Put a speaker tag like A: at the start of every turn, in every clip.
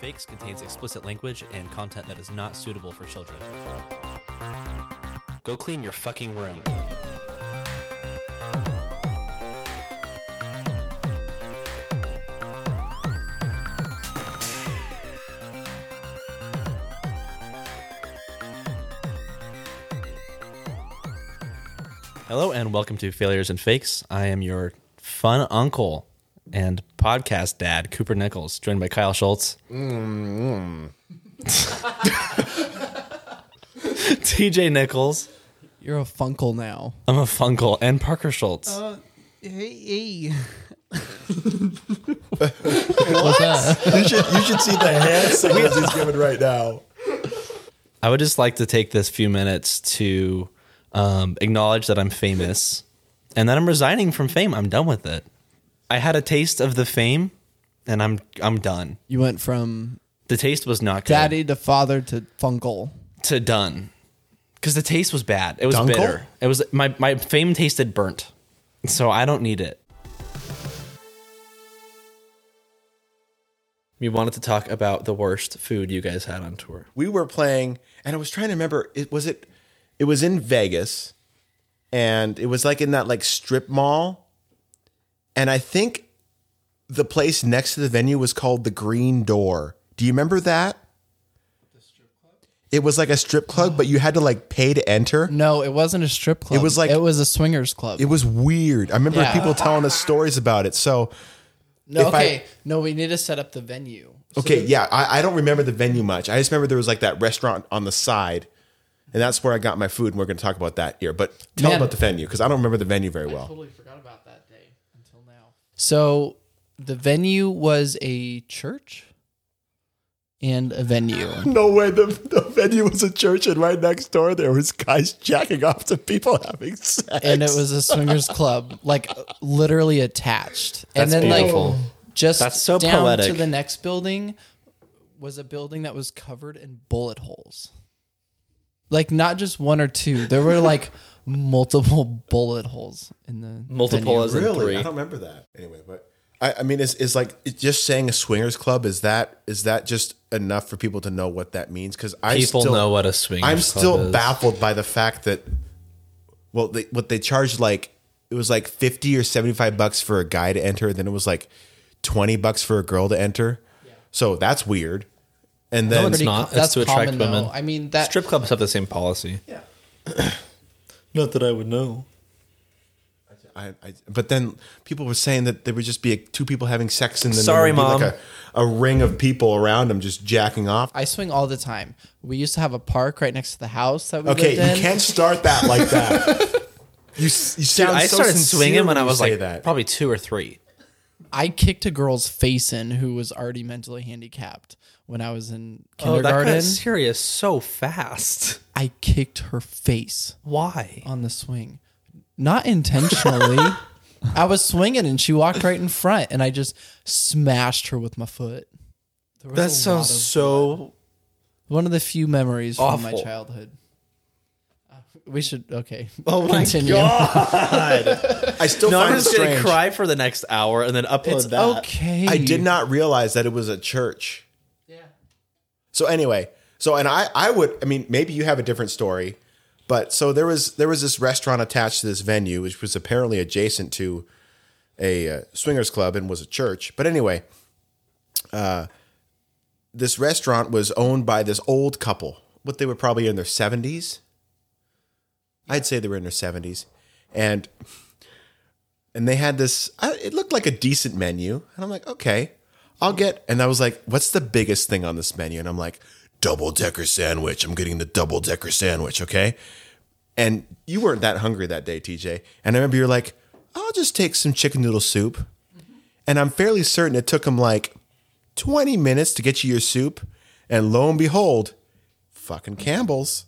A: Fakes contains explicit language and content that is not suitable for children. Go clean your fucking room. Hello and welcome to Failures and Fakes. I am your fun uncle and podcast dad, Cooper Nichols, joined by Kyle Schultz. TJ Nichols,
B: You're a funkle now.
A: I'm a funkle, and Parker Schultz.
B: Hey, hey.
C: You should you should see the hand signals he's giving right now.
A: I would just like to take this few minutes to um, acknowledge that I'm famous and that I'm resigning from fame. I'm done with it. I had a taste of the fame and I'm I'm done.
B: You went from
A: The taste was not good
B: daddy to father to funkle.
A: to done. Cuz the taste was bad. It was
C: Dunkel?
A: bitter. It was my my fame tasted burnt. So I don't need it. We wanted to talk about the worst food you guys had on tour.
C: We were playing, and I was trying to remember. It was it. It was in Vegas, and it was like in that like strip mall, and I think the place next to the venue was called the Green Door. Do you remember that? It was like a strip club, but you had to like pay to enter.
B: No, it wasn't a strip club.
C: It was like-
B: it was a swingers club.
C: It was weird. I remember
B: Yeah.
C: people telling us stories about it. So
B: no,
C: if I-
B: okay, no, we need to set up the venue.
C: Okay, yeah, I, I don't remember the venue much. I just remember there was like that restaurant on the side, and that's where I got my food. And we're going to talk about that here. But tell
B: Man.
C: about the venue because I don't remember the venue very well.
B: Totally forgot about that day until now. So the venue was a church and a venue.
C: No way, the, the venue was a church, and right next door there was guys jacking off to people having sex.
B: and it was a swingers club, like literally attached.
A: That's
B: and then
A: beautiful.
B: like just
A: That's so
B: down to
A: poetic.
B: the next building was a building that was covered in bullet holes. Like not just one or two. There were like multiple bullet holes in the
A: Multiple
B: venue.
A: as in three.
C: I don't remember that. Anyway, but I, I mean, is is like it's just saying a swingers club is that is that just enough for people to know what that means? Because I
A: People
C: still,
A: know what a swingers
C: I'm
A: club
C: still
A: is.
C: baffled by the fact that well, they, what they charged like it was like fifty or seventy five bucks for a guy to enter, then it was like twenty bucks for a girl to enter. So that's weird. And then
A: it's
B: Pretty
A: not.
B: co-
A: That's
B: that's
A: to attract
B: common, though.
A: women.
B: I mean, that-
A: strip clubs have the same policy. Yeah. not that I would know.
C: I, I, but then people were saying that there would just be two people having sex, and then there
A: Sorry,
C: would be
A: Mom.
C: like a, a ring of people around them just jacking off.
B: I swing all the time. We used to have a park right next to the house that we
C: Okay,
B: lived in.
C: you can't start that like that. you s- you sound
A: I
C: so
A: started
C: sincere
A: swinging when I
C: you
A: was
C: say
A: like
C: that.
A: probably two or three.
B: I kicked a girl's face in who was already mentally handicapped when I was in
A: Oh, that
B: kindergarten.
A: got serious so fast. Oh,
B: I kicked her face.
A: Why?
B: on the swing. Not intentionally. I was swinging and she walked right in front and I just smashed her with my foot. There was
A: That
B: a
A: sounds
B: lot of-
A: so.
B: one of the few memories from my
A: awful.
B: childhood. Uh, We should okay.
A: Oh my
B: Continue.
C: I still
A: No,
C: find
A: I'm
C: it
A: just gonna
C: strange.
A: cry for the next hour and then upload
B: It's
A: that.
B: okay.
C: I did not realize that it was a church. So anyway, so and I I would I mean maybe you have a different story, but so there was there was this restaurant attached to this venue which was apparently adjacent to a uh, swingers club and was a church. But anyway, uh, this restaurant was owned by this old couple. What they were probably in their seventies. I'd say they were in their seventies, and and they had this I, it looked like a decent menu and i'm like okay i'll get and i was like what's the biggest thing on this menu and i'm like double decker sandwich i'm getting the double decker sandwich okay and you weren't that hungry that day tj and i remember you're like i'll just take some chicken noodle soup and i'm fairly certain it took him like 20 minutes to get you your soup and lo and behold fucking campbell's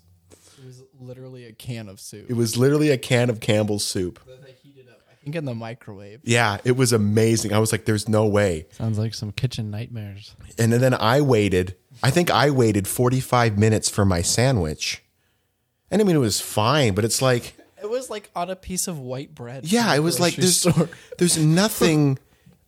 B: It was literally a can of soup.
C: it was literally a can of campbell's soup
B: I think in the microwave.
C: yeah it was amazing i was like there's no way
B: Sounds like some kitchen nightmares.
C: And then I waited. I think I waited 45 minutes for my sandwich. And I mean, it was fine, but it's like,
B: It was like on a piece of white bread. from
C: yeah,
B: the
C: it was like
B: grocery
C: there's
B: store.
C: there's nothing.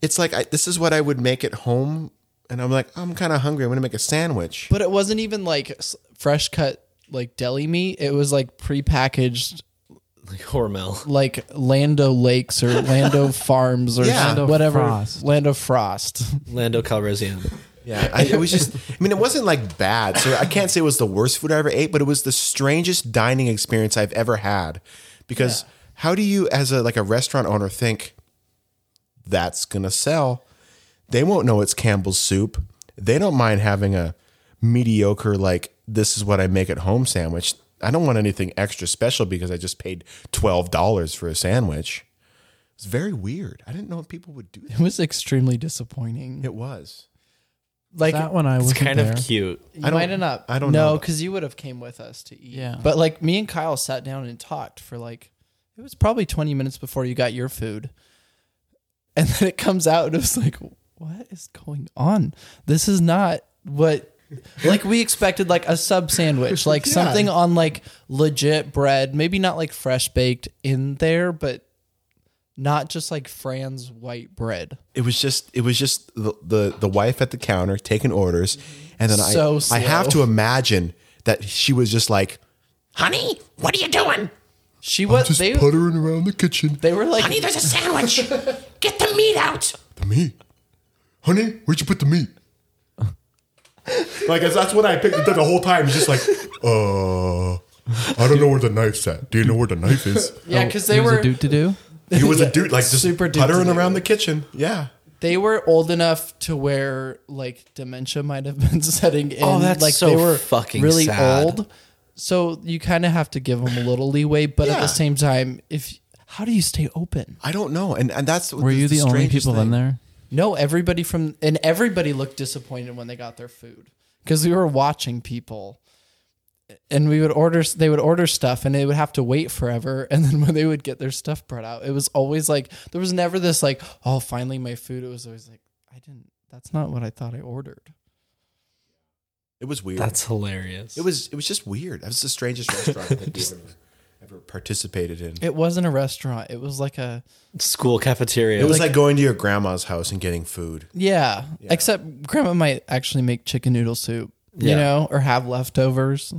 C: It's like I, this is what I would make at home and I'm like, I'm kind of hungry. I'm gonna make a sandwich.
B: But it wasn't even like s- fresh cut like deli meat. It was like prepackaged
D: Like Hormel.
B: like Lando Lakes or Lando Farms or
C: Yeah. Lando
B: whatever
E: Frost.
B: Lando Frost.
D: Lando Calrissian.
C: Yeah, I, it was just. I mean, it wasn't like bad, so I can't say it was the worst food I ever ate, but it was the strangest dining experience I've ever had. Because how do you, as a like a restaurant owner, think that's gonna sell? They won't know it's Campbell's soup. They don't mind having a mediocre like this is what I make at home sandwich. I don't want anything extra special because I just paid twelve dollars for a sandwich. It's very weird. I didn't know people would do that.
B: It was extremely disappointing.
C: It was.
B: Like
E: that one I was
A: It's kind of cute.
B: You
C: I don't-
B: might have not.
C: I don't know.
B: know because you would have came with us to eat.
E: Yeah.
B: But like me and Kyle sat down and talked for like it was probably twenty minutes before you got your food, and then it comes out and it was like, what is going on? This is not what. like we expected like a sub sandwich like something on like legit bread maybe not like fresh baked in there but not just like fran's white bread
C: it was just it was just the the, the wife at the counter taking orders and then
B: So
C: I I have to
B: slow.
C: imagine that she was just like honey what are you doing
B: she was they,
C: puttering around the kitchen
B: they were like
F: Honey, there's a sandwich. Get the meat out.
C: the meat honey where'd you put the meat like that's, that's what I picked up the whole time it's just like uh I don't know where the knife's at do you know where the knife is
B: yeah because they were
E: to do.
C: he was a dude like just
B: Super dude
C: puttering
B: today.
C: around the kitchen yeah
B: they were old enough to where like dementia might have been setting in.
A: Oh, that's
B: like
A: so
B: they were
A: fucking
B: really
A: sad.
B: old. So you kind of have to give them a little leeway, but at
C: Yeah.
B: the same time, if how do you stay open?
C: I don't know and and that's
E: Were you the, only people in
C: there.
E: there?
B: No, everybody from and everybody looked disappointed when they got their food because we were watching people, and we would order. They would order stuff, and they would have to wait forever. And then when they would get their stuff brought out, it was always like there was never this like, oh, finally my food. It was always like, I didn't. That's not what I thought I ordered.
C: it was weird
A: That's hilarious.
C: It was it was just weird. That was the strangest restaurant that we've ever, ever participated in. It,
B: It wasn't a restaurant. It was like a
A: school cafeteria.
C: was like, going to your grandma's house and getting food.
B: yeah, Except grandma might actually make chicken noodle soup, you
A: Yeah.
B: know, or have leftovers.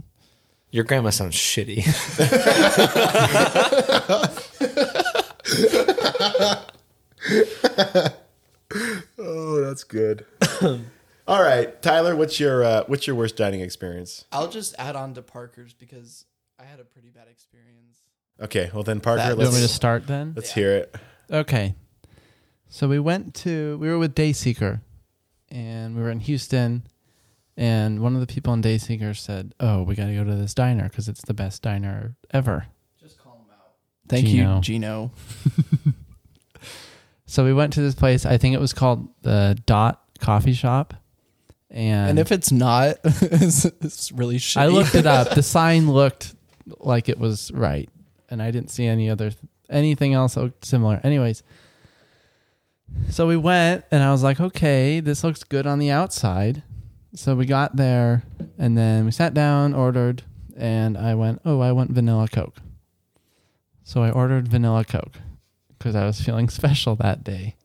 A: Your grandma sounds shitty.
C: Oh, that's good. All right, Tyler, what's your uh, what's your worst dining experience?
B: I'll just add on to Parker's because I had a pretty bad experience.
C: Okay, well then Parker,
B: That-
E: You want me to
C: let's
E: start then?
C: let's hear it.
E: Okay. So we went to we were with Dayseeker, and we were in Houston, and one of the people in Dayseeker said, "Oh, we got to go to this diner because it's the best diner ever."
B: Just call him out. Thank
E: Gino.
B: you, Gino.
E: So we went to this place. I think it was called the Dot Coffee Shop, and,
B: And if it's not, it's, it's really shitty.
E: I looked it up, the sign looked like it was right, and I didn't see any other anything else that looked similar. Anyways, so we went, and I was like, okay, this looks good on the outside. So we got there, and then we sat down, ordered, and I went, oh, I want vanilla Coke. So I ordered vanilla Coke because I was feeling special that day.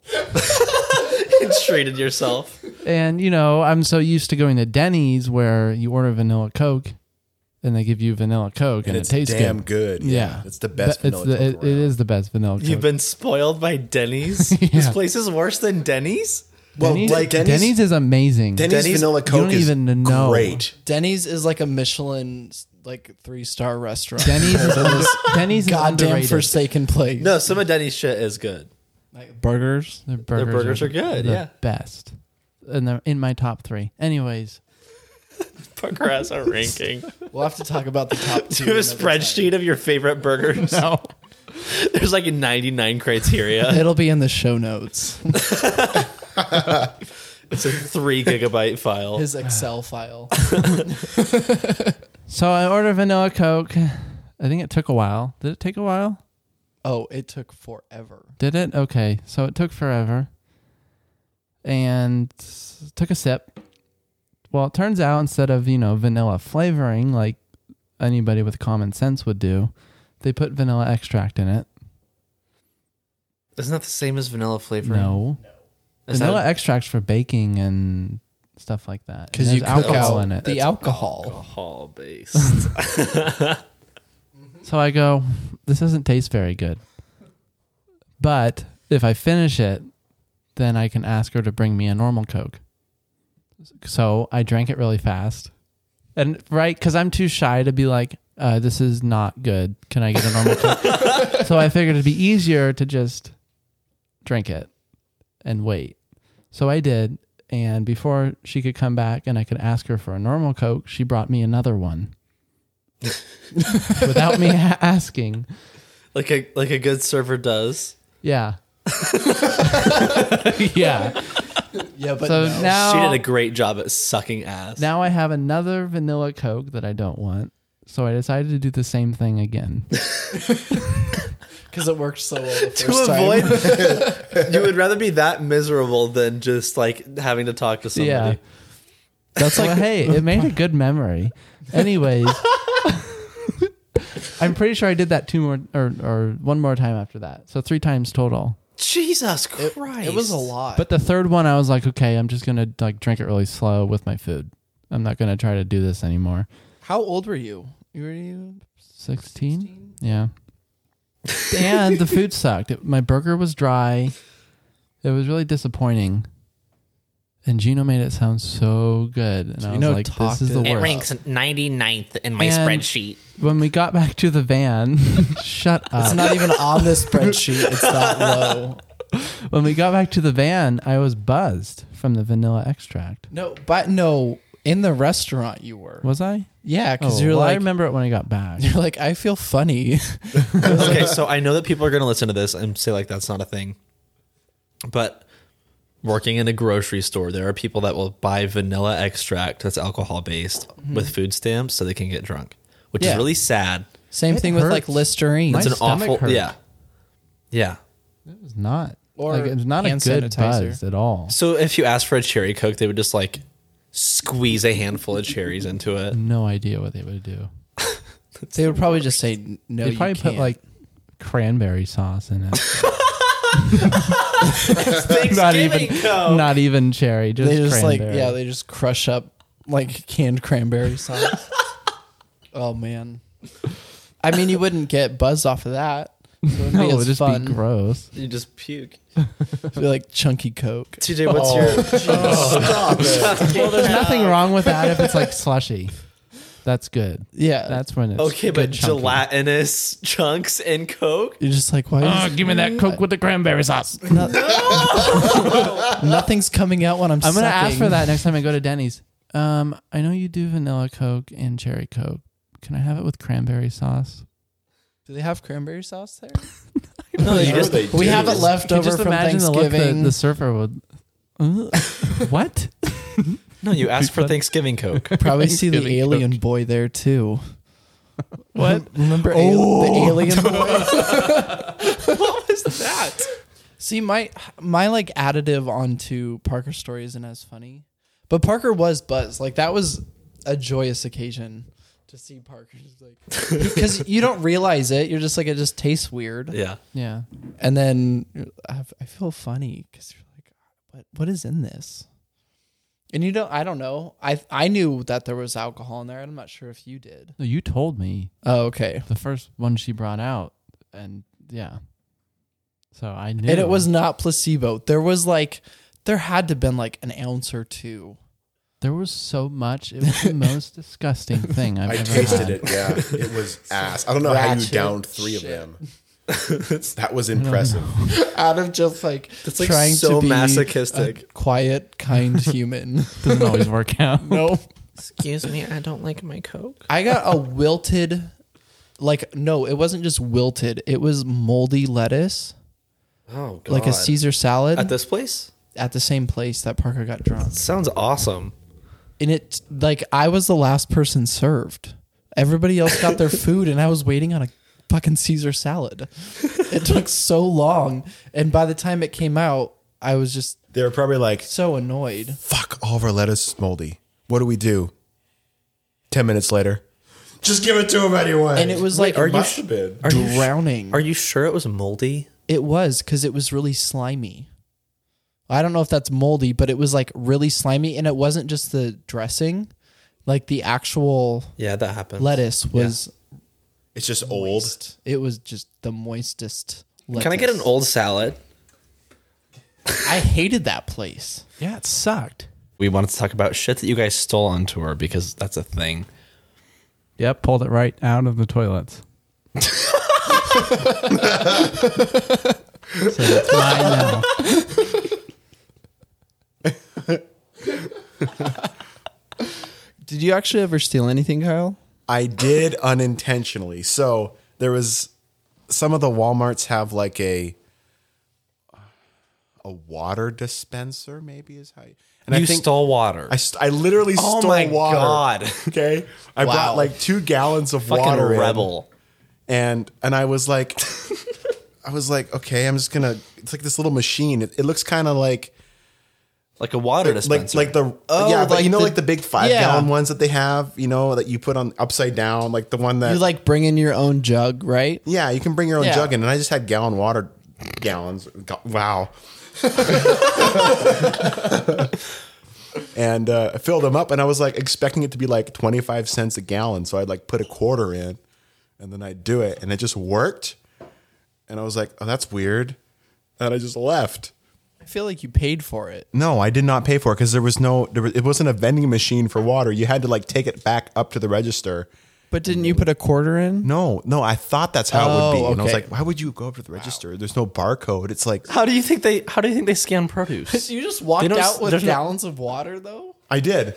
A: Treated yourself.
E: And you know, I'm so used to going to Denny's where you order vanilla Coke, and they give you vanilla Coke, and,
C: And
E: it
C: it's
E: tastes
C: damn
E: good.
C: good.
E: Yeah.
C: it's the best.
E: But it's
C: vanilla
E: the,
C: Coke
E: it, it
C: around.
E: is the best vanilla Coke.
D: You've been spoiled by Denny's. This place is worse than Denny's.
C: Well,
E: Denny's,
C: like Denny's,
E: Denny's
C: Denny's,
E: is amazing.
D: Denny's-
C: vanilla Coke
E: you don't
C: is
E: even know.
C: great.
B: Denny's is like a Michelin like three star restaurant.
E: Denny's is this, Denny's is
B: Goddamn
E: underrated.
B: forsaken place.
D: No, some of Denny's shit is good.
B: Like burgers.
E: Their burgers,
D: burgers are good,
E: The
D: yeah.
E: best, and they're in my top three. Anyways,
D: Parker has a ranking.
B: We'll have to talk about the top
D: Do
B: two.
D: you have a
B: another time.
D: spreadsheet of your favorite burgers? No. There's like 99 criteria.
B: It'll be in the show notes.
D: It's a three gigabyte file.
B: His Excel file.
E: so I ordered vanilla Coke. I think it took a while. Did it take a while?
B: Oh, it took forever.
E: Did it? Okay. So it took forever. And s- took a sip. Well, it turns out instead of, you know, vanilla flavoring like anybody with common sense would do, they put vanilla extract in it.
D: Isn't that the same as vanilla flavoring?
E: No.
D: Is
E: vanilla
D: that-
E: extract's for baking and stuff like that. And
B: 'Cause
E: there's
B: you cook
E: alcohol
B: out
E: in it. Oh,
B: the alcohol.
D: Hall based.
E: So I go, this doesn't taste very good. But if I finish it, then I can ask her to bring me a normal Coke. So I drank it really fast. And right, because I'm too shy to be like, uh, this is not good. Can I get a normal Coke? so I figured it'd be easier to just drink it and wait. So I did. And before she could come back and I could ask her for a normal Coke, she brought me another one without me a- asking.
D: like a like a good server does.
E: Yeah. yeah.
B: Yeah, but
E: So now,
D: She did a great job at sucking ass.
E: now I have another vanilla Coke that I don't want. So I decided to do the same thing again.
B: because it worked so well the first
D: to avoid, you would rather be that miserable than just like having to talk to somebody.
E: yeah. That's like, hey, it made a good memory. Anyways, I'm pretty sure I did that two more or, or one more time after that. So three times total.
D: Jesus
B: time.
D: Christ!
B: It was a lot.
E: But the third one, I was like, okay, I'm just gonna like drink it really slow with my food. I'm not gonna try to do this anymore.
B: how old were you? You were you
E: 16? Yeah. and the food sucked. It- my burger was dry. It was really disappointing. And Gino made it sound so good. And I was
B: Gino
E: like, this
B: talked
E: is the
B: it.
E: worst.
F: It ranks 99th in my
E: And-
F: spreadsheet.
E: When we got back to the van, shut
B: It's
E: up.
B: not even on the spreadsheet. It's that low.
E: when we got back to the van, I was buzzed from the vanilla extract.
B: No, but no, in the restaurant you were.
E: Was I?
B: Yeah, because
E: Oh,
B: you're
E: well, I
B: like,
E: remember it when I got back.
B: you're like, I feel funny.
A: okay, so I know that people are going to listen to this and say like that's not a thing, but working in a grocery store, there are people that will buy vanilla extract that's alcohol based
E: Mm-hmm.
A: with food stamps so they can get drunk, which
B: Yeah.
A: is really sad.
B: Same
E: It
B: thing with like
E: hurts.
B: Listerine.
E: My
A: It's an
E: stomach
A: awful,
E: hurt.
A: yeah, yeah.
E: It was not.
B: Or
E: like, it was not a
B: hand
E: good
B: sanitizer.
E: buzz at all.
A: So if you asked for a cherry coke, they would just like squeeze a handful of cherries into it.
E: No idea what they would do.
B: they would probably just say no.
E: they
B: you
E: probably put
B: can't."
E: like cranberry sauce in it.
D: Thanksgiving
E: not even
D: Coke.
E: not even cherry just,
B: they just like
E: cranberry.
B: yeah, they just crush up like canned cranberry sauce. oh man, I mean, you wouldn't get buzz off of that. So it would
E: no, it
B: be
E: would
B: as
E: just
B: fun.
E: be gross.
D: You just puke.
B: It'd be like chunky Coke.
D: TJ,
E: Oh.
D: what's your?
E: Well, there's nothing wrong with that if it's like slushy. That's good.
B: Yeah,
E: That's when it's
D: Okay, but
E: good chunky.
D: gelatinous chunks and Coke.
B: you're just like why.
E: Oh,
B: is-
E: give me that Coke with the cranberry sauce. I'm
B: nothing's coming out when I'm.
E: gonna ask
B: sucking.
E: for that next time I go to Denny's. Um, I know you do vanilla Coke and cherry Coke. Can I have it with cranberry sauce?
B: Do they have cranberry sauce there?
C: No,
B: they
C: just, they
B: we
C: do.
B: have it left
E: Can you
B: over
E: just
B: from
E: imagine the look that
B: Thanksgiving.
E: the surfer would. Uh, what?
A: No, you asked for Thanksgiving coke.
B: Probably see the
E: Thanksgiving
B: alien boy there too.
E: What?
B: Remember al- the alien boy?
D: What is that?
B: See, my my like additive onto Parker's story isn't as funny, but Parker was buzzed. Like that was a joyous occasion to see Parker. Just like because you don't realize it, you're just like it just tastes weird,
A: Yeah,
E: Yeah.
B: and then you're- I, f- I feel funny because you're like, what what is in this? And you don't. I don't know. I I knew that there was alcohol in there. I'm not sure if you did.
E: No, you told me.
B: Oh, okay.
E: the first one she brought out, and yeah. So I knew,
B: And it was not placebo. There was like, there had to been like an ounce or two.
E: there was so much. It was the most disgusting thing I've
C: I
E: ever
C: tasted
E: had.
C: it. Yeah, it was ass. I don't know how you
B: Ratchet
C: downed three of
B: shit.
C: them. that was impressive.
B: out of just like
D: like,
B: trying
D: so
B: to be
D: masochistic.
B: a quiet, kind human.
E: Doesn't always work out.
B: no,
F: Excuse me, I don't like my Coke.
B: I got a wilted, like no, it wasn't just wilted. It was moldy lettuce,
D: Oh god!
B: like a Caesar salad
D: at this place.
B: at the same place that Parker got drunk.
D: Sounds awesome.
B: And it like I was the last person served. Everybody else got their food, and I was waiting on a fucking Caesar salad. It took so long, and by the time it came out, I was just
C: They were probably like,
B: so annoyed.
C: "Fuck, all of our lettuce is moldy. What do we do?" Ten minutes later, just give it to him anyway.
B: And it was like
C: Or you
B: mu-
C: should have been.
B: drowning.
A: are you sure it was moldy?
B: It was because it was really slimy. I don't know if that's moldy, but it was like really slimy, and it wasn't just the dressing, like the actual
D: Yeah, that happens.
B: lettuce was.
C: It's just old.
B: It was just the moistest. Lettuce.
D: Can I get an old salad?
B: I hated that place.
E: Yeah, it sucked.
A: We wanted to talk about shit that you guys stole on tour because that's a thing.
E: Yep, pulled it right out of the toilets. so it's mine now.
B: Did you actually ever steal anything, Kyle?
C: I did unintentionally. So there was some of the Walmarts have like a a water dispenser, maybe is how you, and
A: you stole water.
C: I, st- I literally
A: Oh
C: stole
A: my
C: water.
A: God.
C: Okay, I brought like two gallons of
A: Fucking
C: water. in,
A: rebel.
C: and and I was like, I was like, okay, I'm just gonna. It's like this little machine. It, it looks kind of like
A: Like a water
C: like
A: dispenser. Oh,
C: like the yeah, but
B: like
C: you know
B: the-
C: like the big five
B: Yeah.
C: gallon ones that they have. You know that you put on upside down, like the one that
B: You like bring in your own jug, right?
C: Yeah, you can bring your own
B: Yeah.
C: jug in, and I just had gallon water gallons. Ga- Wow. and uh, I filled them up, and I was like expecting it to be like twenty five cents a gallon, so I'd like put a quarter in, and then I'd do it, and it just worked. And I was like, "Oh, that's weird," and I just left.
B: I feel like you paid for it.
C: No, I did not pay for it because there was no, there was, it wasn't a vending machine for water. You had to like take it back up to the register.
B: But didn't you put a quarter in?
C: No, no, I thought that's how it would be.
B: Oh,
C: And I was
B: okay.
C: like, why would you go up to the register? There's no barcode. It's like,
A: how do you think they how do you think they scan produce?
B: You just
A: They
B: walked
A: don't-
B: out with
A: there's no-
B: gallons of water, though.
C: I did.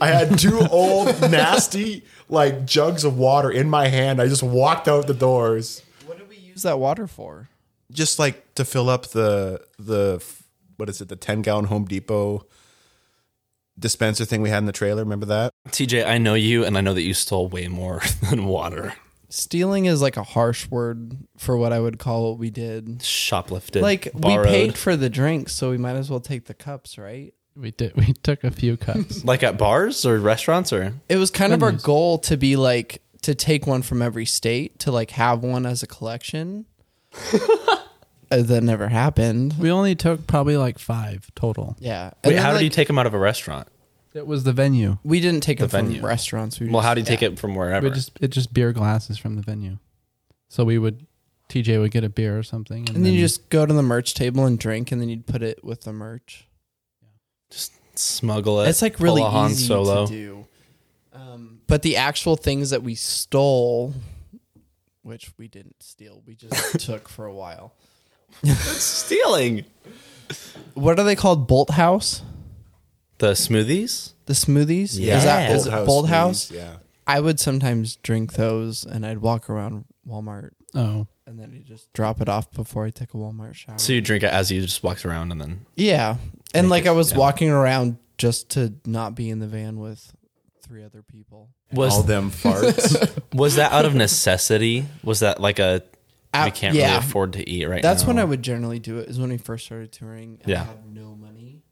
C: I had two old, nasty, like jugs of water in my hand. I just walked out the doors.
B: What did we use that water for?
C: Just like to fill up the, the, what is it, the 10 gallon Home Depot dispenser thing we had in the trailer. Remember that?
A: TJ, I know you and I know that you stole way more than water.
B: Stealing is like a harsh word for what I would call what we did.
A: Shoplifted.
B: Like
A: borrowed.
B: we paid for the drinks, so we might as well take the cups, right?
E: We did. We took a few cups.
A: like at bars or restaurants or
B: It was kind of our goal to be like to take one from every state to like have one as a collection. Uh, that never happened.
E: we only took probably like five total.
B: Yeah. And
A: Wait,
B: then,
A: how
B: like,
A: did you take them out of a restaurant?
E: It was the venue.
B: We didn't take them
A: venue?
B: from restaurants. We
A: Well,
B: just-
A: how do you take
B: yeah.
A: it from wherever?
E: We just it just beer glasses from the venue. So we would TJ would get a beer or something, and,
B: And then you just go to the merch table and drink, and then you'd put it with the merch.
A: smuggle it.
B: it's like
A: pull
B: really
A: a Han
B: easy
A: Solo.
B: to do. Um, but the actual things that we stole, which we didn't steal, we just took for a while.
A: Stealing
B: What are they called? Bolt House,
A: the smoothies.
B: the smoothies. is that
A: Yeah.
B: is it Bolt House?
C: please. Yeah.
B: I would sometimes drink those, and I'd walk around Walmart,
E: oh
B: and then you just drop it off before I take a Walmart shower.
A: So you drink it as you just walks around, and then
B: yeah, and like
A: it-
B: I was
A: yeah.
B: walking around just to not be in the van with three other people.
A: was
C: All them farts.
A: was that out of necessity? Was that like a we
B: Out-
A: can't
B: yeah.
A: really afford to eat right
B: That's
A: now?
B: when I would generally do it. Is when we first started touring. And
A: Yeah.
B: I had no money,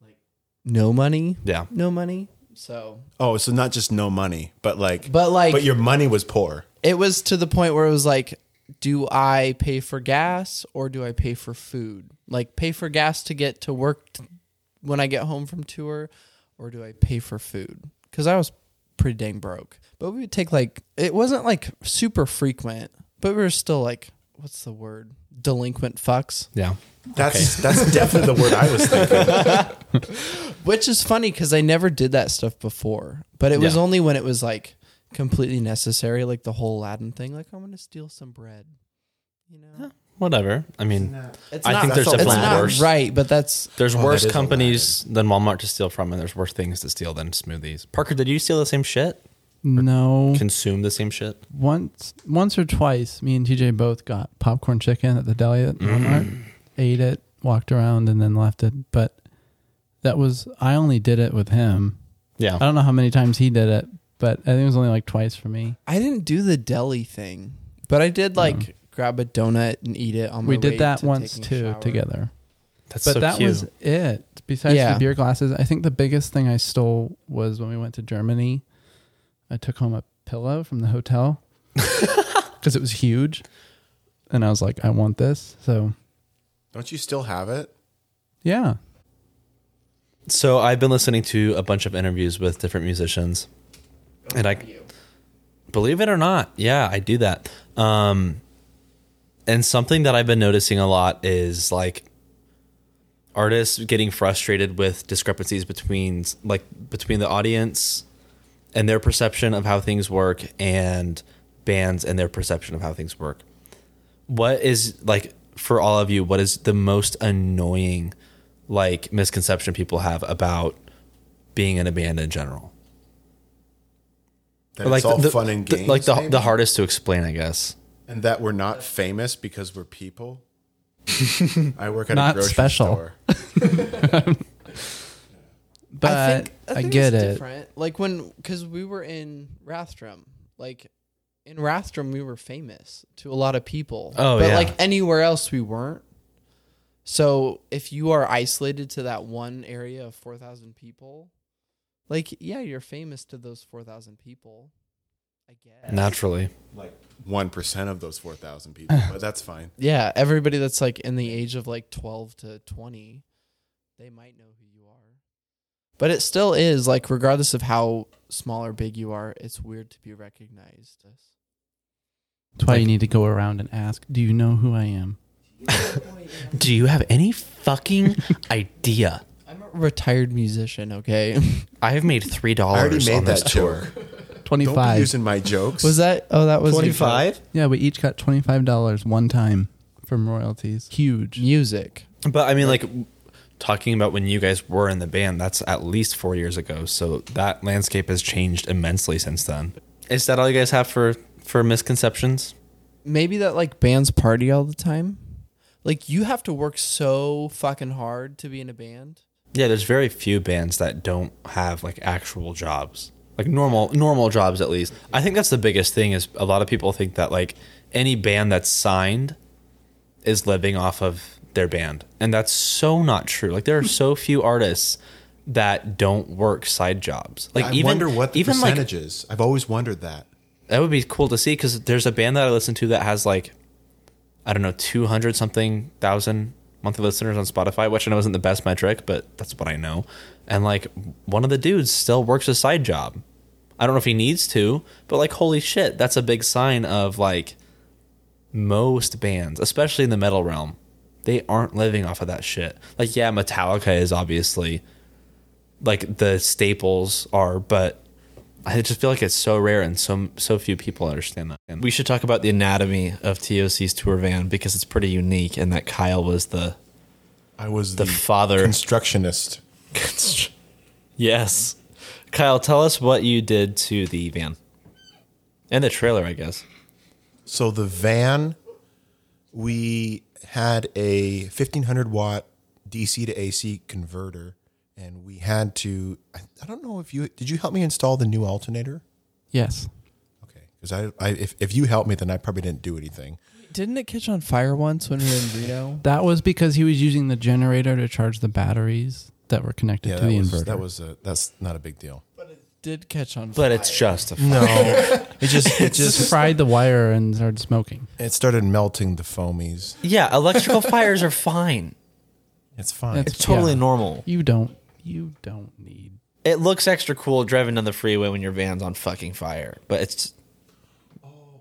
B: like no money,
A: Yeah,
B: no money. So,
C: oh, so not just no money, but like,
B: but like,
C: but your money was poor.
B: it was to the point where it was like, do I pay for gas or do I pay for food? Like, pay for gas to get to work t- when I get home from tour, or do I pay for food? Because I was pretty dang broke. But we would take like it wasn't like super frequent, but we were still like, what's the word? Delinquent fucks.
A: yeah.
C: That's that's definitely the word I was thinking.
B: Which is funny because I never did that stuff before, but it was
A: Yeah.
B: only when it was like completely necessary, like the whole Aladdin thing. Like, I'm going to steal some bread. You know,
A: Whatever. I mean,
B: it's
A: I
B: not,
A: think there's
C: that's a
B: it's
A: definitely
B: not
A: worse.
B: right, but that's
A: There's
C: Oh,
A: worse
C: that is
A: companies than Walmart to steal from, and there's worse things to steal than smoothies. Parker, did you steal the same shit?
E: no!
A: Consume the same shit?
E: once once or twice, me and TJ both got popcorn chicken at the deli at
A: Mm.
E: Walmart,
A: Mm-hmm.
E: ate it, walked around, and then left it. But that was I only did it with him.
A: Yeah.
E: I don't know how many times he did it, but I think it was only like twice for me.
B: I didn't do the deli thing, but I did like grab a donut and eat it on my
E: we
B: way
E: did that
B: to
E: once
B: taking a
E: too
B: shower.
E: together.
A: That's
E: but
A: so
E: that
A: cute.
E: was it. Besides
B: Yeah.
E: the beer glasses, I think the biggest thing I stole was when we went to Germany. I took home a pillow from the hotel because it was huge, and I was like, "I want this." So
C: Don't you still have it?
E: Yeah.
A: So I've been listening to a bunch of interviews with different musicians, and I believe it or not, yeah, I do that. Um, and something that I've been noticing a lot is like artists getting frustrated with discrepancies between like between the audience and their perception of how things work and bands and their perception of how things work. What is like for all of you, what is the most annoying like misconception people have about being in a band in general?
C: That
A: Or, like
C: it's all
A: the,
C: fun and
A: the-
C: games.
A: like the,
C: maybe?
A: the hardest to explain, I guess.
C: and that we're not famous because we're people. I work at a
E: Not
C: grocery
E: special.
C: store.
E: But I, get
B: it's
E: it.
B: Different. Like when, because we were in Rathdrum, like in Rathdrum, we were famous to a lot of people.
A: Oh,
B: but
A: yeah.
B: like anywhere else, we weren't. So if you are isolated to that one area of four thousand people, like yeah, you're famous to those four thousand people. I guess.
A: Naturally.
C: Like one percent of those four thousand people, but that's fine.
B: Yeah, everybody that's like in the age of like 12 to 20, they might know who you are. But it still is like regardless of how small or big you are, it's weird to be recognized as.
E: That's why you need to go around and ask, do you know who I am?
A: Do you have any fucking idea?
B: I'm a retired musician, okay?
A: I have made three
C: I already
A: dollars on
C: made
A: this
C: that
A: tour.
C: joke. Don't be
E: 25.
C: using my jokes.
B: was that Oh, that was your
D: Twenty five.
E: yeah, we each got $25 one time from royalties. Huge.
B: music.
A: But I mean, like w- talking about when you guys were in the band, that's at least four years ago. So that landscape has changed immensely since then. Is that all you guys have for for misconceptions?
B: Maybe that like bands party all the time. Like you have to work so fucking hard to be in a band.
A: Yeah, there's very few bands that don't have like actual jobs, like normal normal jobs at least. I think that's the biggest thing is a lot of people think that like any band that's signed is living off of their band, and that's so not true. Like there are so few artists that don't work side jobs. Like
C: I
A: even
C: wonder what the
A: even like
C: percentage is. I've always wondered that.
A: that would be cool to see because there's a band that I listen to that has like, I don't know, 200 something thousand monthly listeners on Spotify, which I know isn't the best metric, but that's what I know. And like one of the dudes still works a side job. I don't know if he needs to, but like, holy shit, that's a big sign of like most bands, especially in the metal realm, they aren't living off of that shit. Like, yeah, Metallica is obviously like the staples are, but I just feel like it's so rare and so so few people understand that. And
D: We should talk about the anatomy of TOC's tour van because it's pretty unique, and that Kyle was the
C: I was
D: the father.
C: constructionist.
D: yes, Kyle, tell us what you did to the van and the trailer. I guess
C: So the van, we had a 1500 watt DC to AC converter, and we had to. I, I don't know if you did. You help me install the new alternator.
E: Yes.
C: Okay, because I, I if, if you helped me, then I probably didn't do anything.
B: Didn't it catch on fire once when we were in Reno?
E: That was because he was using the generator to charge the batteries that were connected
C: Yeah,
E: to
C: that
E: the
C: was
E: inverter.
C: that was a, that's not a big deal.
B: Did catch on fire.
A: but it's just a f-
C: No, it just it
E: just
C: just
E: fried the wire and started smoking.
C: it started melting the foamies.
D: yeah, electrical fires are fine.
C: It's fine.
E: That's-
D: It's totally
E: yeah.
D: normal.
E: You don't. You don't need.
D: It looks extra cool driving down the freeway when your van's on fucking fire, but it's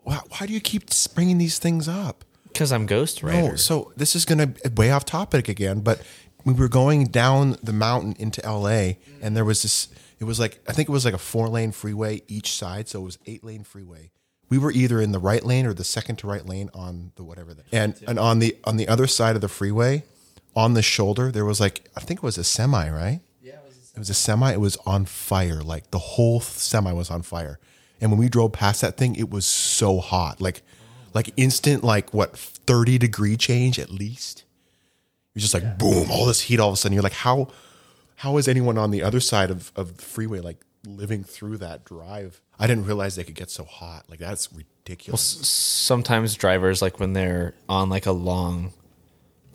C: why, why do you keep bringing these things up?
D: because I'm Ghost Rider.
C: No, Oh, so this is going to way off topic again, but we were going down the mountain into LA and there was this it was like I think it was like a four lane freeway each side, so it was eight lane freeway. We were either in the right lane or the second to right lane on the whatever that. And and on the on the other side of the freeway on the shoulder there was like I think it was a semi, right? Yeah, it was a semi. It was on fire. Like the whole semi was on fire. And when we drove past that thing, it was so hot. Like like instant like what 30 degree change at least you're just like boom all this heat all of a sudden you're like how how is anyone on the other side of, of the freeway like living through that drive i didn't realize they could get so hot like that's ridiculous
D: sometimes drivers like when they're on like a long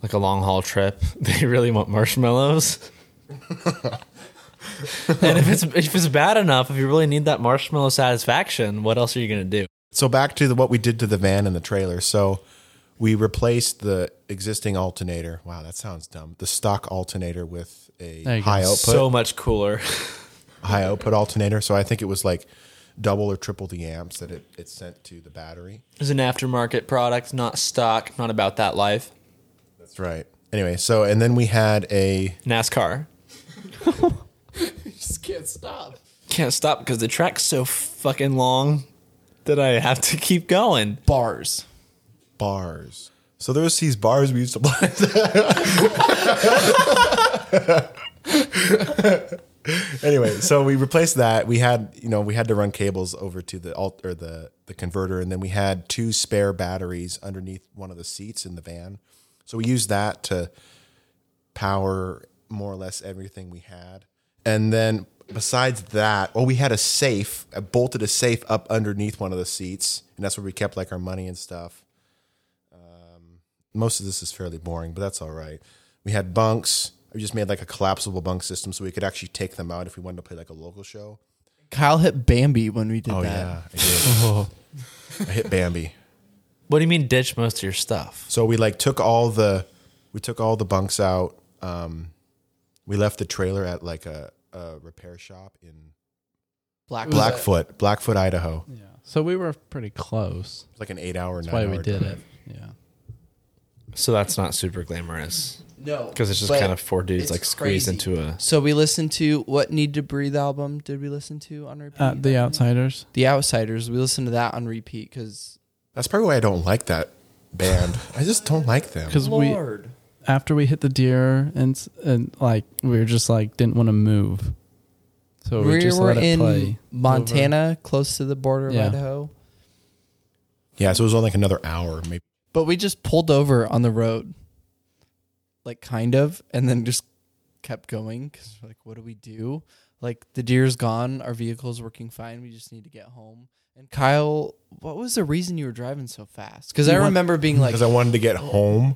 D: like a long haul trip they really want marshmallows and if it's if it's bad enough if you really need that marshmallow satisfaction what else are you gonna do
C: so back to the, what we did to the van and the trailer so We replaced the existing alternator. Wow, that sounds dumb. The stock alternator with
E: There
C: a
E: you go.
C: high output,
D: So much cooler.
C: high output alternator. So I think it was like double or triple the amps that it, it sent to the battery.
D: It's an aftermarket product, not stock, not about that life.
C: That's right. Anyway, so and then we had a
D: NASCAR.
B: Just can't stop.
D: Can't stop because the track's so fucking long that I have to keep going.
B: Bars.
C: bars. So there was these bars we used to buy. anyway, so we replaced that. We had, you know, we had to run cables over to the alt or the the converter, and then we had two spare batteries underneath one of the seats in the van. So we used that to power more or less everything we had. And then besides that, well, we had a safe, I bolted a safe up underneath one of the seats, and that's where we kept like our money and stuff most of this is fairly boring, but that's all right. We had bunks. We just made like a collapsible bunk system so we could actually take them out if we wanted to play like a local show.
B: Kyle hit Bambi when we did
E: Oh,
C: Oh,
B: that.
C: I did. I hit Bambi.
D: What do you mean ditch most of your stuff?
C: So we like took all the we took all the bunks out. Um, we left the trailer at like a, a repair shop in
B: Black
C: Blackfoot, Blackfoot, Idaho.
E: Yeah. So we were pretty close.
C: It's like an eight hour.
E: That's why we did it. Yeah.
D: So that's not super glamorous
B: No,
D: because it's just
B: but
D: kind of four dudes
B: it's
D: like squeezed
B: crazy.
D: into a.
B: So we listened to what Need to Breathe album did we listen to on repeat?
E: Uh,
B: that
E: the
B: night?
E: Outsiders.
B: The Outsiders. We listened to that on repeat because
C: That's probably why I don't like that band. I just don't like them.
E: Because we after we hit the deer and s- and like we were just like didn't want to move. So Oh, we,
B: we,
E: just
B: were
E: let it
B: in
E: play.
B: Montana, close to the border of
E: Yeah.
B: Idaho.
C: Yeah, so it was only like another hour, maybe.
B: But we just pulled over on the road, like kind of, and then just kept going because like, what do we do? Like the deer's gone, our vehicle's working fine. We just need to get home. And Kyle, what was the reason you were driving so fast? Because I
E: want-
B: remember being like,
C: Because I wanted to get home.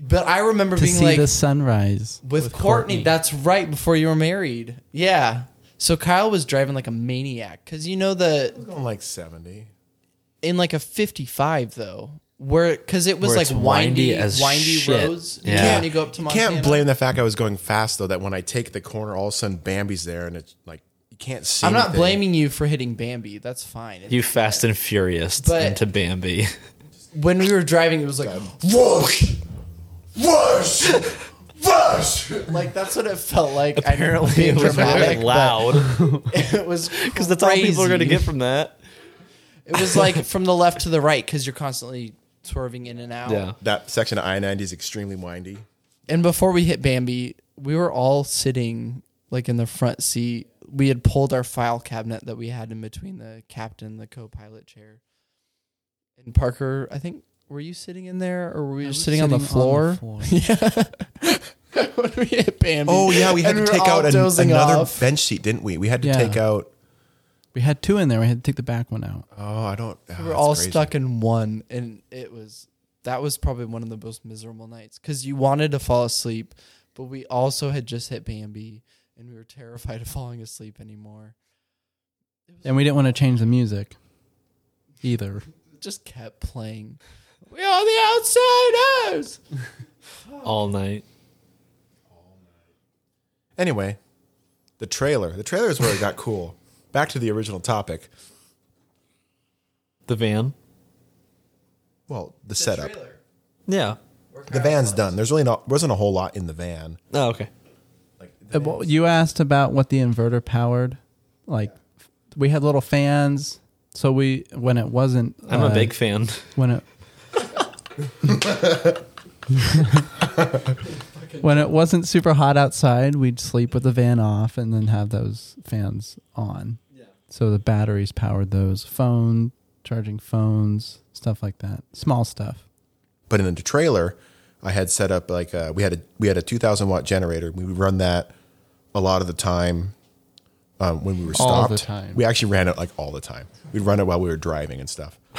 B: but I remember
E: to
B: being
E: see
B: like,
E: the sunrise.
B: with, Courtney, That's right before you were married. Yeah. So Kyle was driving like a maniac because you know the
C: I'm like seventy.
B: in like a 55 though where because it was
D: Where
B: like
D: it's windy
B: windy
D: as
B: windy
D: shit.
B: roads.
D: Yeah.
B: When you go up to
C: You
B: Montana.
C: can't blame the fact I was going fast though. That when I take the corner, all of a sudden Bambi's there, and it's like you can't see.
B: I'm not
C: anything.
B: blaming you for hitting Bambi. That's fine. It-
D: You fast and furious
B: But-
D: into Bambi.
B: when we were driving, it was like
C: Whoosh, whoosh, whoosh.
B: like that's what it felt like.
D: Apparently,
B: I'm being
D: it was
B: dramatic,
D: really loud
B: but It was
D: because that's all people are going to
B: crazy.
D: get from that.
B: It was like from the left to the right because you're constantly swerving in and out.
D: Yeah.
C: That section of I-90 is extremely windy.
B: and before we hit Bambi, we were all sitting like in the front seat. We had pulled our file cabinet that we had in between the captain and the co-pilot chair. And Parker, I think were you sitting in there or were we just sitting, on the floor? yeah. when we hit Bambi.
C: Oh yeah, we had
B: and
C: to
B: were
C: take
B: all
C: out an-
B: dozing
C: another
B: off.
C: bench seat, didn't we? We had to
E: Yeah.
C: take out.
E: We had two in there. We had to take the back one out.
C: Oh, I don't. oh,
B: We were
C: that's
B: all
C: crazy.
B: stuck in one and it was that was probably one of the most miserable nights cuz you wanted to fall asleep, but we also had just hit Bambi and we were terrified of falling asleep anymore.
E: And we didn't want to change the music either.
B: just kept playing. We are the outsiders.
D: all night.
C: Anyway, the trailer. The trailer is where it got cool. Back to the original topic.
D: The van.
C: Well, the, setup.
D: Yeah.
C: The van's done. There's really not wasn't a whole lot in the van.
D: Oh, okay.
E: Uh, well, You asked about what the inverter powered. Like f- we had little fans, so we when it wasn't.
D: I'm a
E: uh,
D: big fan.
E: when it. when it wasn't super hot outside, we'd sleep with the van off and then have those fans on. Yeah. So the batteries powered those phone charging phones, stuff like that. Small stuff.
C: But in the trailer, I had set up like uh we had a we had a 2,000 watt generator. We would run that a lot of the time um, when we were stopped.
E: All the time.
C: We actually ran it like all the time. We'd run it while we were driving and stuff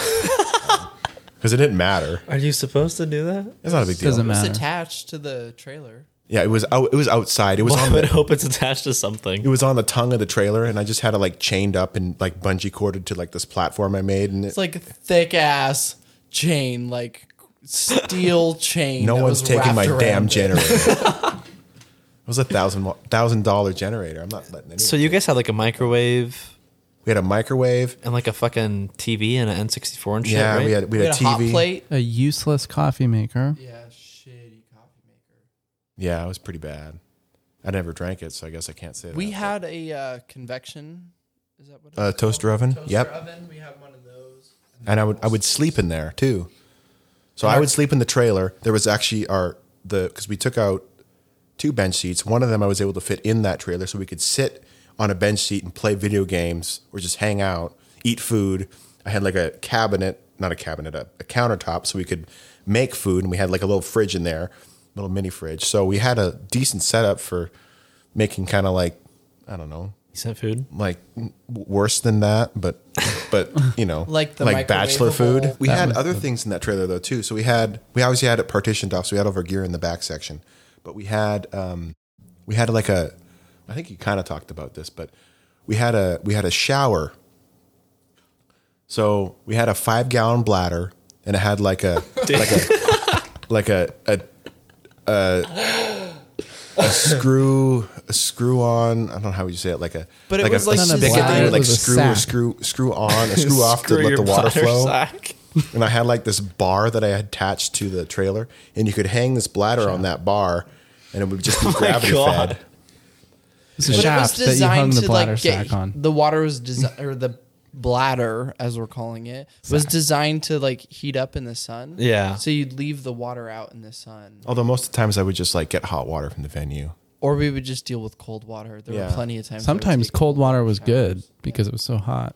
C: because it didn't matter.
D: Are you supposed to do that?
C: It's not a big deal.
E: Doesn't
B: It's
E: matter.
B: attached to the trailer.
C: Yeah, it was out, it was outside. It was
D: I
C: on
D: would
C: the
D: hope it's attached to
C: it
D: something.
C: was on the tongue of the trailer, and I just had it like chained up and like bungee corded to like this platform I made, and it,
B: It's like a thick ass chain, like steel chain.
C: No
B: that
C: one's
B: was
C: taking my
B: wrapped
C: damn
B: around it.
C: generator. it was a thousand thousand dollar generator. I'm not letting any.
D: So you guys had like a microwave
C: we had a microwave.
D: and like a fucking TV and an N64 and shit.
C: Yeah,
D: right?
C: we had we
B: We
C: had,
B: had a
C: a TV.
B: hot plate.
E: A useless coffee maker.
B: Yeah, shitty coffee maker.
C: Yeah, it was pretty bad. I never drank it, so I guess I can't say that.
B: We had a uh, convection. Is that what? It's
C: a toaster oven.
B: Toaster
C: yep,
B: oven. We had one of those.
C: and I would I would sleep in there too. So I would sleep in the trailer. There was actually our the because we took out two bench seats. One of them I was able to fit in that trailer, so we could sit on a bench seat and play video games or just hang out, eat food. I had like a cabinet, not a cabinet, a, a countertop, so we could make food, and we had like a little fridge in there, little mini fridge. So we had a decent setup for making kind of like I don't know
D: Decent food.
C: like w- worse than that, but but you know,
B: Like the
C: bachelor food. Um,
B: microwavable-
C: We had other things in that trailer though too. So we had we obviously had it partitioned off, so we had all of our gear in the back section, but we had um we had like a I think you kind of talked about this, but we had a we had a shower. So we had a five gallon bladder, and it had like a like a like a a, a, a screw a screw on. I don't know how you say it. Like a
B: But it
C: like
B: was
C: a,
B: like
C: a
B: this
C: spigot that
E: bladder
C: you would, like
E: was a
C: screw or
E: sack.
C: screw screw on, a screw off to
D: Screw
C: let
D: your
C: the water
D: bladder
C: flow
D: sack.
C: and I had like this bar that I had attached to the trailer, and you could hang this bladder on that bar, and it would just be gravity
D: God.
C: fed.
E: It's a
B: But it was
E: shaft that you hung
B: designed
E: the
B: to
E: bladder
B: like
E: sack
B: get,
E: on.
B: the water was designed or the bladder as we're calling it was designed to like heat up in the sun.
D: Yeah.
B: So you'd leave the water out in the sun,
C: Although most of the times I would just like get hot water from the venue.
B: or we would just deal with cold water. There
C: Yeah.
B: were plenty of times. I would
E: Sometimes
B: take-
E: cold water was good because it was so hot.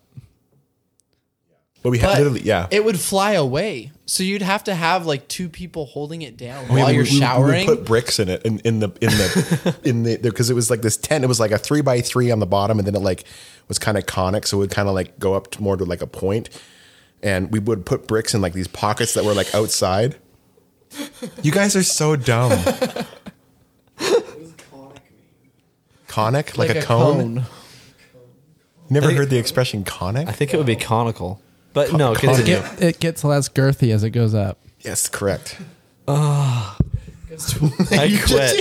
C: But we had
B: But
C: literally, yeah.
B: It would fly away, so you'd have to have like two people holding it down
C: We-
B: while
C: Oh, we-
B: you're
C: we- we would
B: showering.
C: put bricks in it, in, in the in the in the because it was like this tent. It was like a three by three on the bottom, and then it like was kind of conic, so it would kind of like go up to more to like a point. And we would put bricks in like these pockets that were like outside. You guys are so dumb. Conic, like, a, cone. Never heard the expression conic?
D: I think it would be conical. But no,
C: con-
D: continue.
E: Get, it gets less girthy as it goes up.
C: Yes, correct.
D: I
C: Just
D: quit.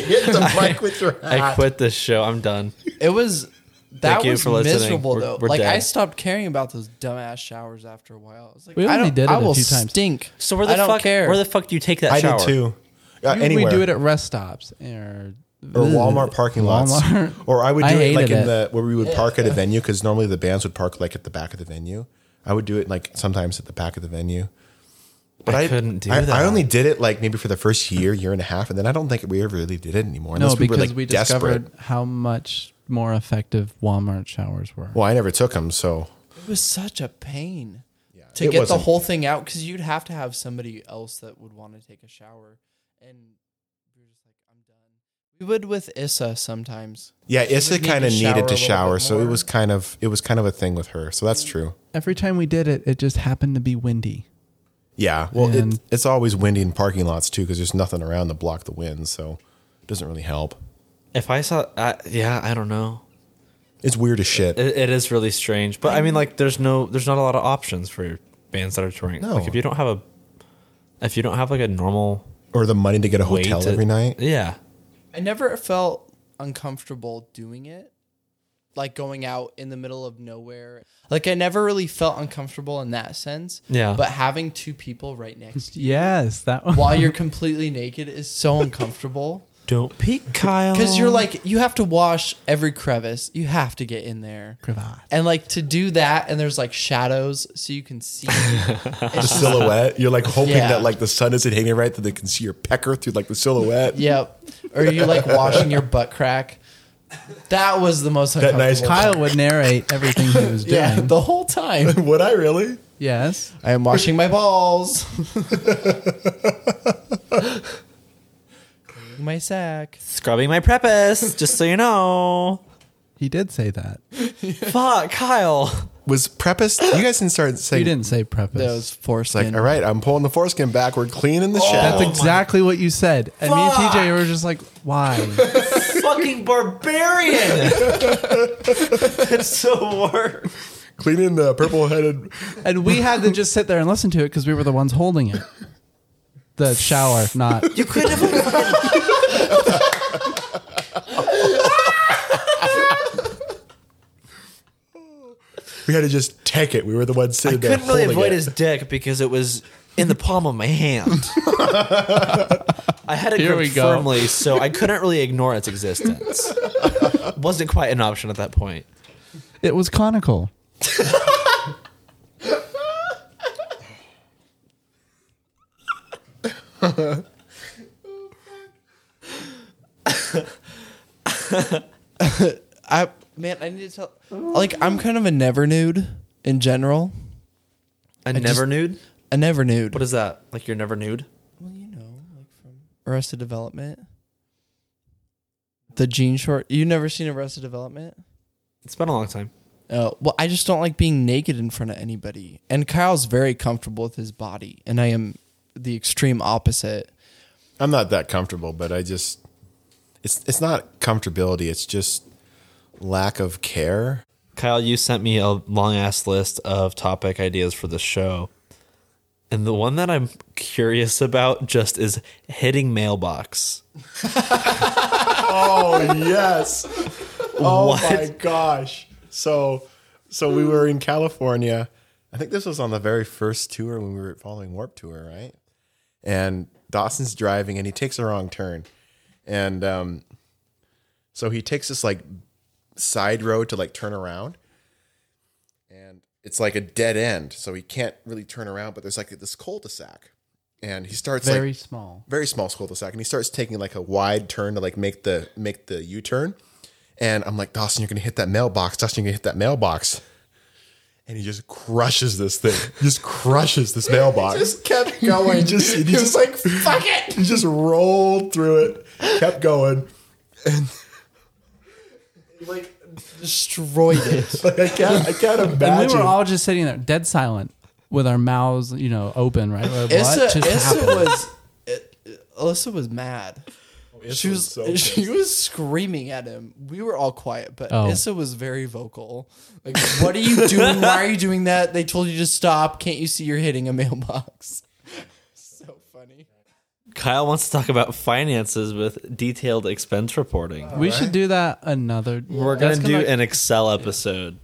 C: hit the mic with your
D: I
C: hat.
D: quit this show. I'm done.
B: It was that
D: Thank you
B: was
D: for listening.
B: miserable
D: We're-
B: though.
D: we're
B: like
D: dead.
B: I stopped caring about those dumbass showers after a while. I was like,
E: We
B: I
E: only
B: don't,
E: did it
B: I
E: a
B: will
E: few times.
B: stink.
A: So where the
B: I don't
A: fuck
B: care.
A: where the fuck do you take that
C: I
A: shower?
C: did too. Uh,
E: You-
C: anywhere.
E: We do it at rest stops or
C: or Walmart parking lots.
E: Walmart.
C: Or I would do
E: I
C: it like
E: hated
C: in
E: it.
C: the where we would park at a venue because normally the bands would park like at the back of the venue. I would do it like sometimes at the back of the venue. But
D: I couldn't do
C: I,
D: that.
C: I only did it like maybe for the first year, year and a half, and then I don't think we ever really did it anymore.
E: No,
C: unless
E: because
C: we
E: we,
C: were like desperate.
E: discovered how much more effective Walmart showers were.
C: Well, I never took them, so
B: It was such a pain to
C: It
B: get
C: wasn't-
B: the whole thing out because you'd have to have somebody else that would want to take a shower, and we were just like, I'm done. We would with Issa sometimes.
C: yeah, Issa
B: would need to
C: kind of
B: shower
C: needed
B: a
C: to
B: little
C: shower,
B: bit
C: so it
B: more.
C: was kind of it was kind of a thing with her. So that's true.
E: Every time we did it, it just happened to be windy.
C: Yeah, well, it,
E: And-
C: it's always windy in parking lots too because there's nothing around to block the wind, so it doesn't really help.
D: If I saw, I, yeah, I don't know.
C: It's weird as shit.
D: It, it is really strange, but I mean, like, there's no, there's not a lot of options for bands that are touring.
C: No.
D: Like, if you don't have a, if you don't have like a normal
C: or the money to get a
D: way
C: hotel
D: to-
C: every night.
D: yeah,
B: I never felt uncomfortable doing it. Like going out in the middle of nowhere. Like I never really felt uncomfortable in that sense.
D: Yeah.
B: But having two people right next to you
E: Yes, that one.
B: while you're completely naked is so uncomfortable.
D: don't peek, Kyle,
B: Because you're like, you have to wash every crevice. You have to get in there.
E: Cravat.
B: And like to do that, and there's like shadows so you can see.
C: the silhouette. You're like hoping
B: Yeah.
C: that like the sun isn't hitting it right that they can see your pecker through like the silhouette.
B: yep. Or you're like washing your butt crack. That was the most
C: That
B: uncomfortable.
C: nice
E: Kyle would narrate everything he was doing.
B: Yeah, the whole time.
C: Would I really?
E: yes.
B: I am washing my balls. Cleaning my sack.
D: scrubbing my prepuce, just so you know.
E: He did say that.
D: Fuck, Kyle.
C: Was prepped? You guys didn't start
E: He
C: saying
E: didn't say preface.
B: That was
C: It's like,
B: foreskin.
C: all right, I'm pulling the foreskin back. We're cleaning the shaft.
E: That's exactly what you said. And me and TJ were just like, why?
D: Fucking barbarian. That's so worse.
C: cleaning the purple headed.
E: and we had to just sit there and listen to it because we were the ones holding it. the shower, not
F: You could have.
C: We had to just take it. We were the ones
D: I
C: sitting there.
D: couldn't really
C: holding
D: avoid
C: it.
D: his dick because it was in the palm of my hand. I had it
E: Here we
D: gripped
E: go.
D: firmly, so I couldn't really ignore its existence. Wasn't quite an option at that point.
E: it was conical.
B: I man, I need to tell. Like, I'm kind of a never nude in general.
D: A never
B: just-
D: nude?
B: A never nude.
D: What is that? Like you're never nude?
B: Well, you know, like from Arrested Development. The jean short. You never seen Arrested Development?
D: It's been a long time.
B: Uh, well, I just don't like being naked in front of anybody. And Kyle's very comfortable with his body, and I am the extreme opposite.
C: I'm not that comfortable, but I just it's it's not comfortability. It's just lack of care.
D: Kyle, you sent me a long ass list of topic ideas for the show. And the one that I'm curious about just is hitting mailbox.
C: Oh yes. oh my gosh. So so we were in California. I think this was on the very first tour when we were following Warp Tour, right? And Dawson's driving and he takes a wrong turn. And um so he takes this like side road to like turn around. And it's like a dead end, so he can't really turn around, but there's like this cul-de-sac. And he starts like
E: Very small.
C: very small school to sack and he starts taking like a wide turn to like make the make the u-turn and i'm like dawson you're gonna hit that mailbox dawson you're gonna hit that mailbox and he just crushes this thing just crushes this mailbox just kept going he just he just like fuck it he just rolled through it kept going and like
B: Destroyed it.
C: i can't i can't
E: And we
C: imagine
E: were all just sitting there, dead silent, with our mouths, you know, open. Right? Like, what
B: Issa,
E: just
B: Issa
E: happened?
B: was. It, Alyssa was mad. she was, she was screaming at him. We were all quiet, but
E: Oh.
B: Issa was very vocal. Like, what are you doing? Why are you doing that? They told you to stop. Can't you see you're hitting a mailbox? so funny.
D: Kyle wants to talk about finances with detailed expense reporting.
E: We should do that another.
D: We're gonna
E: That's
D: do
E: like-
D: an Excel episode.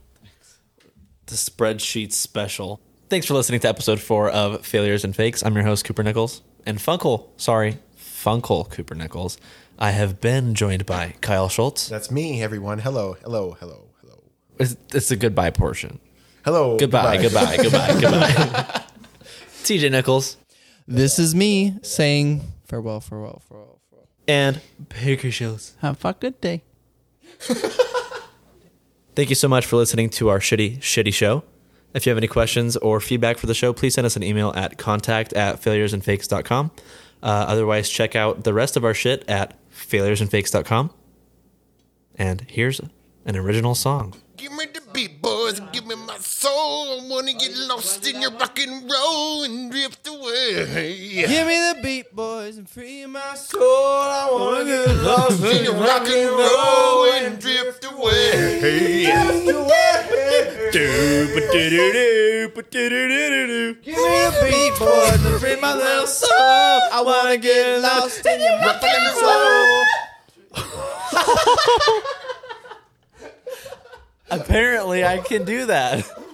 D: The spreadsheet special. Thanks for listening to episode four of Failures and Fakes. I'm your host, Cooper Nichols. And Funkle, sorry, Funkle Cooper Nichols. I have been joined by Kyle Schultz.
C: that's me everyone hello hello hello hello
D: It's, it's a goodbye portion.
C: hello
D: Goodbye, goodbye, goodbye, goodbye. TJ Nichols
B: This is me saying farewell, farewell, farewell, farewell.
D: and Baker Shields.
E: Have a good day.
D: Thank you so much for listening to our shitty, shitty show. If you have any questions or feedback for the show, please send us an email at contact at failuresandfakes.com. Uh, otherwise, check out the rest of our shit at failuresandfakes.com. And here's an original song.
G: Give me the beat, boys. Give me my soul. I wanna get lost in your rock and roll and drift away.
B: Give me the beat, boys, and free my soul. I wanna get
G: Lost in your rock and roll and drift away.
B: Oh, Give me the beat, boys, and free my little soul. I wanna get lost in your rock and roll.
D: Apparently, I can do that.